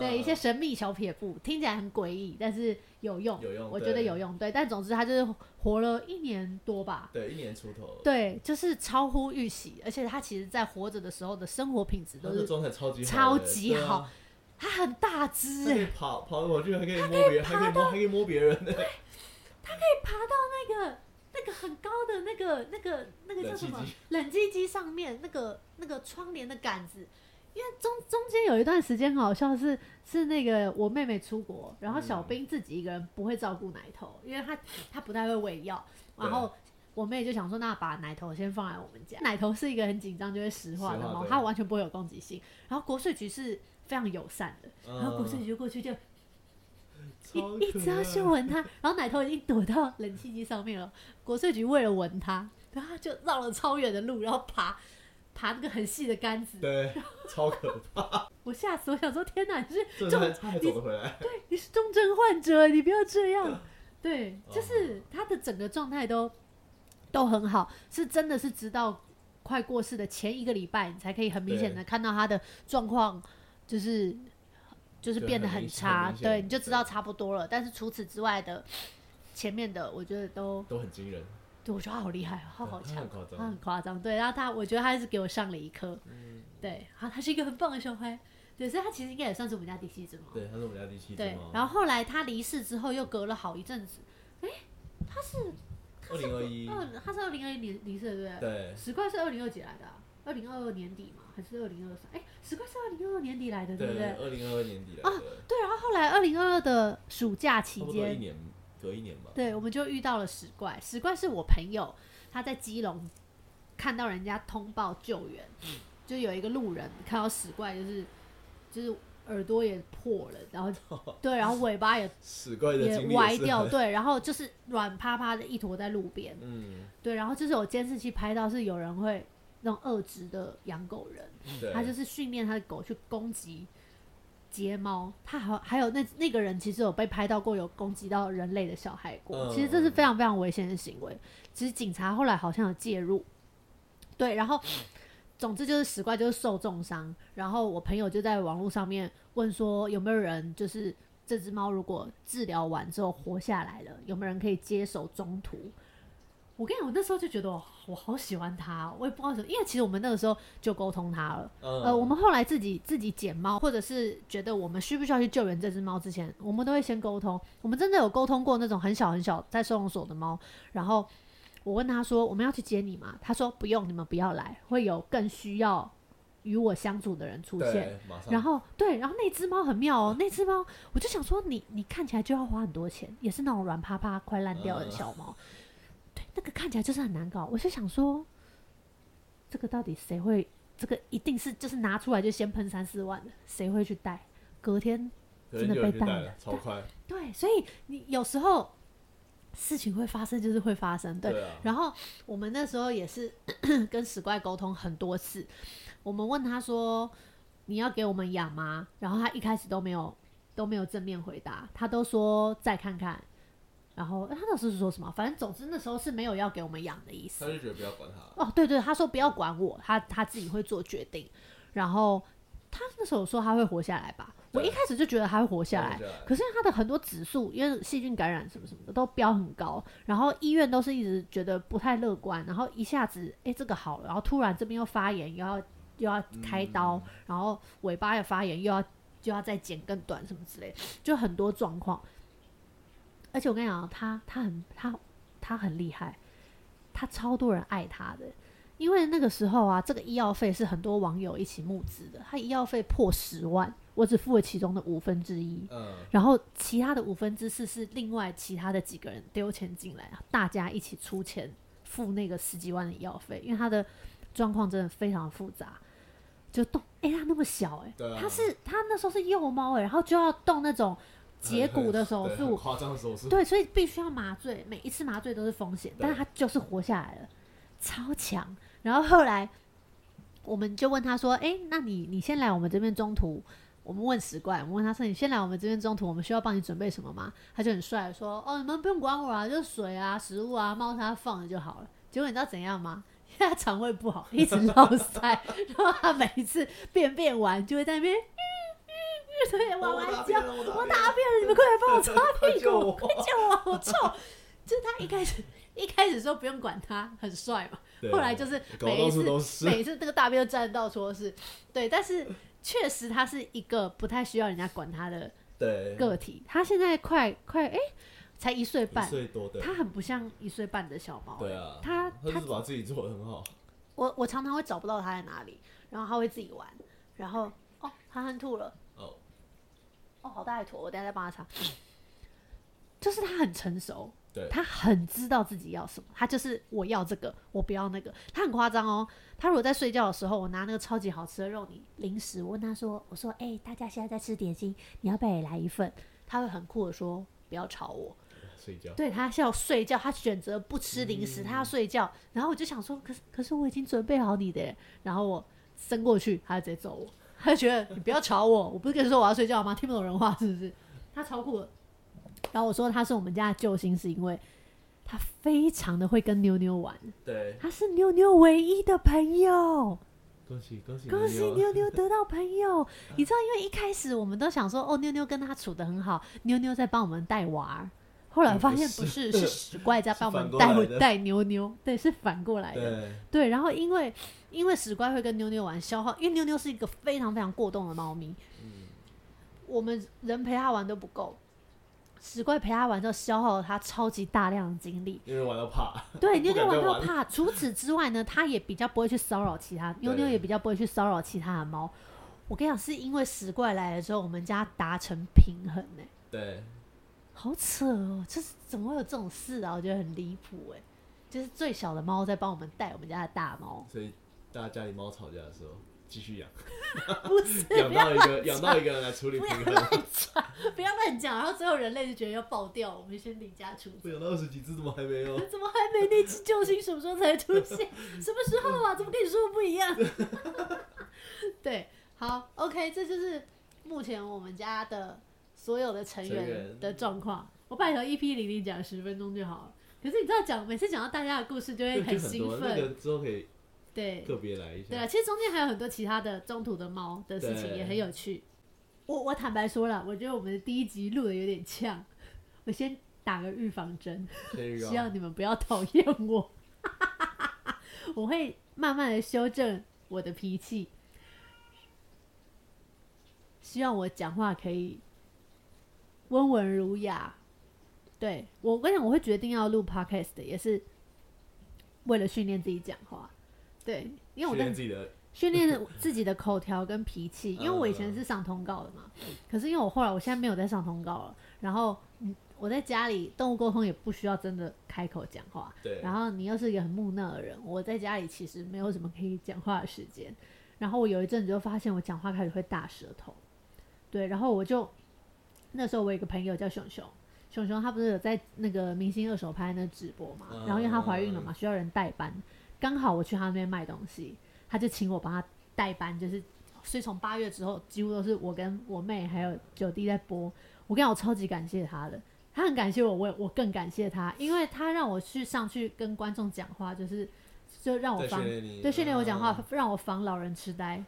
Speaker 1: 对，一些神秘小撇步，听起来很诡异，但是有用，
Speaker 2: 有用
Speaker 1: 我觉得
Speaker 2: 对
Speaker 1: 有用。对，但总之它就是活了一年多吧。
Speaker 2: 对，一年出头，
Speaker 1: 对，就是超乎预期，而且它其实在活着的时候的生活品质
Speaker 2: 他
Speaker 1: 都
Speaker 2: 的
Speaker 1: 是，
Speaker 2: 状态超级好的
Speaker 1: 超级
Speaker 2: 对啊
Speaker 1: 好它很大只、
Speaker 2: 他可
Speaker 1: 欸，
Speaker 2: 以跑跑来跑去，还可以摸别人，还可以摸，还可以摸别人，
Speaker 1: 爬到那个那个很高的那个那个那个叫什么
Speaker 2: 冷气机
Speaker 1: 冷气机上面那个那个窗帘的杆子。因为中中间有一段时间很好笑是，是那个我妹妹出国，然后小兵自己一个人不会照顾奶头，因为她她不太会喂药，然后我妹就想说，那把奶头先放来我们家。奶头是一个很紧张就会石化的
Speaker 2: 石化
Speaker 1: 猫，
Speaker 2: 对
Speaker 1: 它完全不会有攻击性。然后国税局是非常友善的，然后国税
Speaker 2: 嗯
Speaker 1: 局就过去就
Speaker 2: 超
Speaker 1: 啊一一直要去
Speaker 2: 可爱
Speaker 1: 闻它，然后奶头已经躲到冷气机上面了。国税局为了闻它，然后他就绕了超远的路，然后爬爬那个很细的杆子，
Speaker 2: 对，超可怕，
Speaker 1: 我吓死！我想说，天哪，你是
Speaker 2: 这
Speaker 1: 这
Speaker 2: 还还走得回来，
Speaker 1: 你是重症患者，你不要这样。对，就是他的整个状态都都很好，是真的是直到快过世的前一个礼拜，你才可以很明显的看到他的状况，就是就是变得很差，
Speaker 2: 很明显
Speaker 1: 对，你就知道差不多了。但是除此之外的前面的，我觉得都
Speaker 2: 都很惊人，
Speaker 1: 对我觉得他好厉害哦，他好
Speaker 2: 对他
Speaker 1: 强
Speaker 2: 很夸
Speaker 1: 哦，
Speaker 2: 张
Speaker 1: 他很夸张。对，然后他，我觉得他还是给我上了一课。
Speaker 2: 嗯，
Speaker 1: 对，他他是一个很棒的小孩。对，所以他其实应该也算是我们家第七只猫。
Speaker 2: 对，他是我们家第七只
Speaker 1: 对
Speaker 2: 猫，，
Speaker 1: 然后后来他离世之后又隔了好一阵子，
Speaker 2: 二零 二一，
Speaker 1: 二他是二零二一年离世的，对不对？
Speaker 2: 对，
Speaker 1: 石块是二零二几来的、啊？二零二二年底嘛，还是二零二三？哎，石块是二零二二年底来的，对不对？
Speaker 2: 二零二二年底来
Speaker 1: 啊
Speaker 2: 的，
Speaker 1: 对，然后后来二零二二的暑假期
Speaker 2: 差不多一
Speaker 1: 间，
Speaker 2: 年，隔一年吧，
Speaker 1: 对，我们就遇到了石怪。石怪是我朋友，他在基隆看到人家通报救援，就有一个路人看到石怪，就是就是耳朵也破了，然后对，然后尾巴也
Speaker 2: 史怪的
Speaker 1: 也
Speaker 2: 经历
Speaker 1: 歪
Speaker 2: 是
Speaker 1: 掉，
Speaker 2: 很，
Speaker 1: 对，然后就是软趴趴的一坨在路边，
Speaker 2: 嗯，
Speaker 1: 对，然后就是有监视器拍到是有人会那种恶质的养狗人，
Speaker 2: 对，
Speaker 1: 他就是训练他的狗去攻击睫毛，他还还有那那个人其实有被拍到过有攻击到人类的小孩过，
Speaker 2: 嗯
Speaker 1: 其实这是非常非常危险的行为。其实警察后来好像有介入，对，然后总之就是史怪就是受重伤，然后我朋友就在网络上面问说有没有人就是。这只猫如果治疗完之后活下来了，有没有人可以接手中途？我跟你讲，我那时候就觉得我哦我好喜欢它哦，我也不知道为什么，因为其实我们那个时候就沟通它了，呃，
Speaker 2: 呃
Speaker 1: 我们后来自己自己捡猫，或者是觉得我们需不需要去救援这只猫之前，我们都会先沟通。我们真的有沟通过那种很小很小在收容所的猫，然后我问他说我们要去接你吗？他说不用，你们不要来，会有更需要与我相处的人出现。
Speaker 2: 对，马上，
Speaker 1: 然后对，然后那只猫很妙哦，那只猫我就想说你你看起来就要花很多钱，也是那种软趴趴快烂掉的
Speaker 2: 嗯
Speaker 1: 小猫，对，那个看起来就是很难搞。我就想说，这个到底谁会？这个一定是就是拿出来就先喷三四万的，谁会去带？隔天
Speaker 2: 可
Speaker 1: 真的
Speaker 2: 能就有人
Speaker 1: 被
Speaker 2: 去
Speaker 1: 带
Speaker 2: 带
Speaker 1: 了
Speaker 2: 了，超快，
Speaker 1: 对，所以你有时候事情会发生，就是会发生，对。
Speaker 2: 对啊，
Speaker 1: 然后我们那时候也是 跟史怪沟通很多次，我们问他说：“你要给我们养吗？”然后他一开始都没有都没有正面回答，他都说再看看。然后呃他那时候是说什么？反正总之那时候是没有要给我们养的意思。
Speaker 2: 他就觉得不要管他，
Speaker 1: 哦，对对，他说不要管我，他他自己会做决定。然后他那时候说他会活下来吧，我一
Speaker 2: 对
Speaker 1: 开始就觉得他会活下来
Speaker 2: 下，来
Speaker 1: 可是它的很多指数，因为细菌感染什么什么的都标很高，然后医院都是一直觉得不太乐观，然后一下子哎、诶这个好了，然后突然这边又发炎，又要又要开刀，然后尾巴也发炎，又要就要再剪更短什么之类的，就很多状况。而且我跟你讲，啊他他很他他很厉害，他超多人爱他的。因为那个时候啊，这个医药费是很多网友一起募资的，他医药费破十万，我只付了其中的五分之一。
Speaker 2: 嗯，
Speaker 1: 然后其他的五分之四是另外其他的几个人丢钱进来，大家一起出钱付那个十几万的医药费，因为他的状况真的非常复杂，就动哎、他那么小哎、
Speaker 2: 对啊
Speaker 1: 他是他那时候是幼猫哎、然后就要动那种截骨的手
Speaker 2: 对很
Speaker 1: 术，
Speaker 2: 夸张的手术，
Speaker 1: 对，所以必须要麻醉，每一次麻醉都是风险，
Speaker 2: 对
Speaker 1: 但是他就是活下来了，超强。然后后来我们就问他说：“哎、那你你先来我们这边中途。”我们问石怪，我们问他说：“你先来我们这边中途，我们需要帮你准备什么吗？”他就很帅地说：“哦，你们不用管我啊，就是水啊、食物啊、猫砂放了就好了。”结果你知道怎样吗？ 因为他肠胃不好，一直落塞， 然后他每一次便便完就会在那边，嗯 嗯嗯，对，
Speaker 2: 哦
Speaker 1: 玩
Speaker 2: 我
Speaker 1: 完
Speaker 2: 大
Speaker 1: 觉
Speaker 2: 便了，我
Speaker 1: 我
Speaker 2: 大
Speaker 1: 大便了，你们快来帮 我擦屁
Speaker 2: 救
Speaker 1: 股，
Speaker 2: 我
Speaker 1: 快救我，好臭！就是他一开始一开始说不用管他，很帅嘛，
Speaker 2: 便，
Speaker 1: 后来就是
Speaker 2: 啊搞
Speaker 1: 每一
Speaker 2: 到处都
Speaker 1: 次
Speaker 2: 是
Speaker 1: 每一次那个大便都站到处都是，对，但是确实他是一个不太需要人家管他的
Speaker 2: 对，
Speaker 1: 个体，他现在快快哎、才一岁
Speaker 2: 一
Speaker 1: 半。
Speaker 2: 岁多的，
Speaker 1: 他很不像一岁半的小猫、
Speaker 2: 对啊，
Speaker 1: 他
Speaker 2: 他就
Speaker 1: 他
Speaker 2: 是把自己做的很好，
Speaker 1: 我我常常会找不到他在哪里，然后他会自己玩，然后哦，他恨吐了，
Speaker 2: 哦，
Speaker 1: 哦，好大一坨，我等一下再帮他擦。 就是他很成熟，
Speaker 2: 对，
Speaker 1: 他很知道自己要什么，他就是我要这个，我不要那个。他很夸张哦，他如果在睡觉的时候，我拿那个超级好吃的肉泥零食，我问他说：“我说，哎、大家现在在吃点心，你要不要也来一份？”他会很酷的说：“不要吵我。”
Speaker 2: 睡觉，
Speaker 1: 对他是要睡觉，他选择不吃零食，他要睡觉。然后我就想说，可是可是我已经准备好你的耶，然后我伸 过去，他就直接揍我，他就觉得你不要吵我，我不是跟你说我要睡觉吗？听不懂人话是不是？他超酷的。然后我说他是我们家的救星，是因为他非常的会跟妞妞玩，
Speaker 2: 对，
Speaker 1: 他是妞妞唯一的朋友。
Speaker 2: 恭喜恭喜哦
Speaker 1: 恭喜
Speaker 2: 妞
Speaker 1: 妞妞得到朋 友，你知道，因为一开始我们都想说，哦，妞妞跟他处的很好，妞妞在帮我们带娃儿。后来发现不是，是史怪在帮我们
Speaker 2: 嗯 是反过
Speaker 1: 带
Speaker 2: 来的
Speaker 1: 带妞妞，对，是反过来的。
Speaker 2: 对，
Speaker 1: 对，然后因为因为史怪会跟妞妞玩消耗，因为妞妞是一个非常非常过动的猫咪，
Speaker 2: 嗯，
Speaker 1: 我们人陪它玩都不够，史怪陪它玩就消耗了它超级大量的精力。
Speaker 2: 因为玩到怕，
Speaker 1: 对，
Speaker 2: 不
Speaker 1: 妞妞
Speaker 2: 敢
Speaker 1: 玩
Speaker 2: 再
Speaker 1: 到
Speaker 2: 玩
Speaker 1: 怕。除此之外呢，它也比较不会去骚扰其他，妞妞
Speaker 2: 对
Speaker 1: 也比较不会去骚扰其他的猫。我跟你讲，是因为史怪来了之后，我们家达成平衡呢、
Speaker 2: 对，
Speaker 1: 好扯哦！就是怎么会有这种事啊？我觉得很离谱哎，就是最小的猫在帮我们带我们家的大猫，
Speaker 2: 所以大家家里猫吵架的时候继续养，
Speaker 1: 不是
Speaker 2: 嗯养
Speaker 1: 不要
Speaker 2: 到一个养到一个人来处理
Speaker 1: 不
Speaker 2: 平
Speaker 1: 要
Speaker 2: 衡，
Speaker 1: 乱讲，不要乱讲，然后最后人类就觉得要爆掉，我们先离家出走。
Speaker 2: 我养到二十几只怎么还没有？
Speaker 1: 怎么还没那只救星？什么时候才出现？什么时候啊？怎么跟你说的不一样？ 对，好，OK，这就是目前我们家的所有的成
Speaker 2: 成
Speaker 1: 员
Speaker 2: 员
Speaker 1: 的状况。我拜托一 E P 零零讲十分钟就好了。可是你知道讲每次讲到大家的故事，就会
Speaker 2: 对 就
Speaker 1: 兴
Speaker 2: 多，那
Speaker 1: 奋。
Speaker 2: 个之后可以
Speaker 1: 对
Speaker 2: 个别来一
Speaker 1: 对
Speaker 2: 下
Speaker 1: 啊，，其实中间还有很多其他的中途的猫的事情
Speaker 2: 对
Speaker 1: 也很有趣。
Speaker 2: 嗯
Speaker 1: 我我坦白说了，我觉得我们的第一集录的有点呛，我先打个预防针。
Speaker 2: 先预告
Speaker 1: 希望你们不要讨厌我， 我会慢慢的修正我的脾气。希望我讲话可以温文儒雅。对我，我跟你讲，我会决定要录 podcast，的也是为了训练自己讲话。对，因为我
Speaker 2: 训
Speaker 1: 在
Speaker 2: 练自己的，
Speaker 1: 训练自己的口条跟脾气，因为我以前
Speaker 2: 嗯
Speaker 1: 是上通告的嘛，可是因为我后来我现在没有在上通告了，然后嗯我在家里动物沟通也不需要真的开口讲话，
Speaker 2: 对，
Speaker 1: 然后你又是一个很木讷的人，我在家里其实没有什么可以讲话的时间，然后我有一阵子就发现我讲话开始会大舌头，对，然后我就那时候我有一个朋友叫熊熊。熊熊她不是有在那个明星二手拍那直播嘛，然后因为她怀孕了嘛，需要人代班，刚好我去她那边卖东西，他就请我帮他代班，就是所以从八月之后，几乎都是我跟我妹还有九弟在播。我跟你讲，我超级感谢他的，他很感谢我，我也我更感谢他，因为他让我去上去跟观众讲话，就是就让我
Speaker 2: 在
Speaker 1: 防
Speaker 2: 训练你，
Speaker 1: 对训练我讲话
Speaker 2: 嗯，，
Speaker 1: 让我防老人痴呆。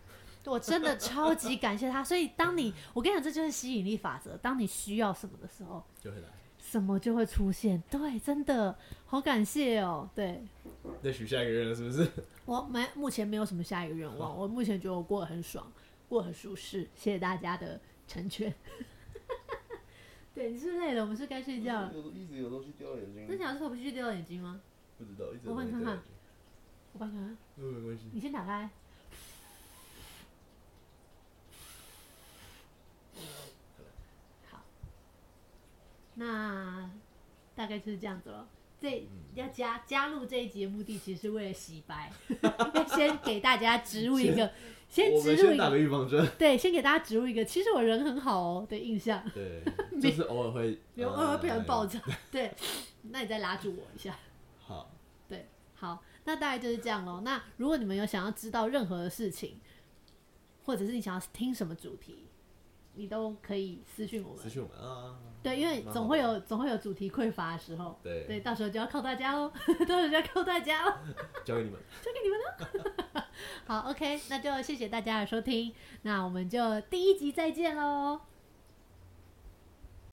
Speaker 1: 我真的超级感谢他，所以当你我跟你讲，这就是吸引力法则，当你需要什么的时候，
Speaker 2: 就会来。
Speaker 1: 什么就会出现。对，真的好感谢哦，对。
Speaker 2: 再许下一个愿了，是不是？
Speaker 1: 我没目前没有什么下一个愿望，我目前觉得我过得很爽，过得很舒适，谢谢大家的成全。 对，你是不是累了？我们是该睡觉了。
Speaker 2: 有一直有东西掉眼睛
Speaker 1: 那小时候不是掉到眼睛吗？
Speaker 2: 不知道，一直
Speaker 1: 我
Speaker 2: 有
Speaker 1: 帮
Speaker 2: 东
Speaker 1: 你
Speaker 2: 西
Speaker 1: 看
Speaker 2: 掉
Speaker 1: 看
Speaker 2: 眼睛。
Speaker 1: 我帮你看看，
Speaker 2: 嗯，没关系。
Speaker 1: 你先打开。好，那大概就是这样子了。这
Speaker 2: 嗯
Speaker 1: 要加加入这一集的目的，其实是为了洗白， 要先给大家植入一个，先
Speaker 2: 我
Speaker 1: 植
Speaker 2: 们
Speaker 1: 入一
Speaker 2: 先
Speaker 1: 个
Speaker 2: 打个预 防针。
Speaker 1: 对，先给大家植入一个，其实我人很好哦的印象，
Speaker 2: 对，就是偶尔会，啊
Speaker 1: 有呃偶尔不小心爆
Speaker 2: 炸。
Speaker 1: 炸。对，那你再拉住我一下。
Speaker 2: 好，
Speaker 1: 对，好，那大概就是这样咯。那如果你们有想要知道任何的事情，或者是你想要听什么主题，你都可以私讯我
Speaker 2: 私
Speaker 1: 们。
Speaker 2: 讯我们啊。
Speaker 1: 对，因为
Speaker 2: 蛮好
Speaker 1: 总会
Speaker 2: 的
Speaker 1: 有总会有主题匮乏的时候，
Speaker 2: 对
Speaker 1: 对，到时候就要靠大家哦， 到时候就要靠大家哦。
Speaker 2: 交给你们，
Speaker 1: 好，OK，那就谢谢大家的收听，那我们就第一集再见喽，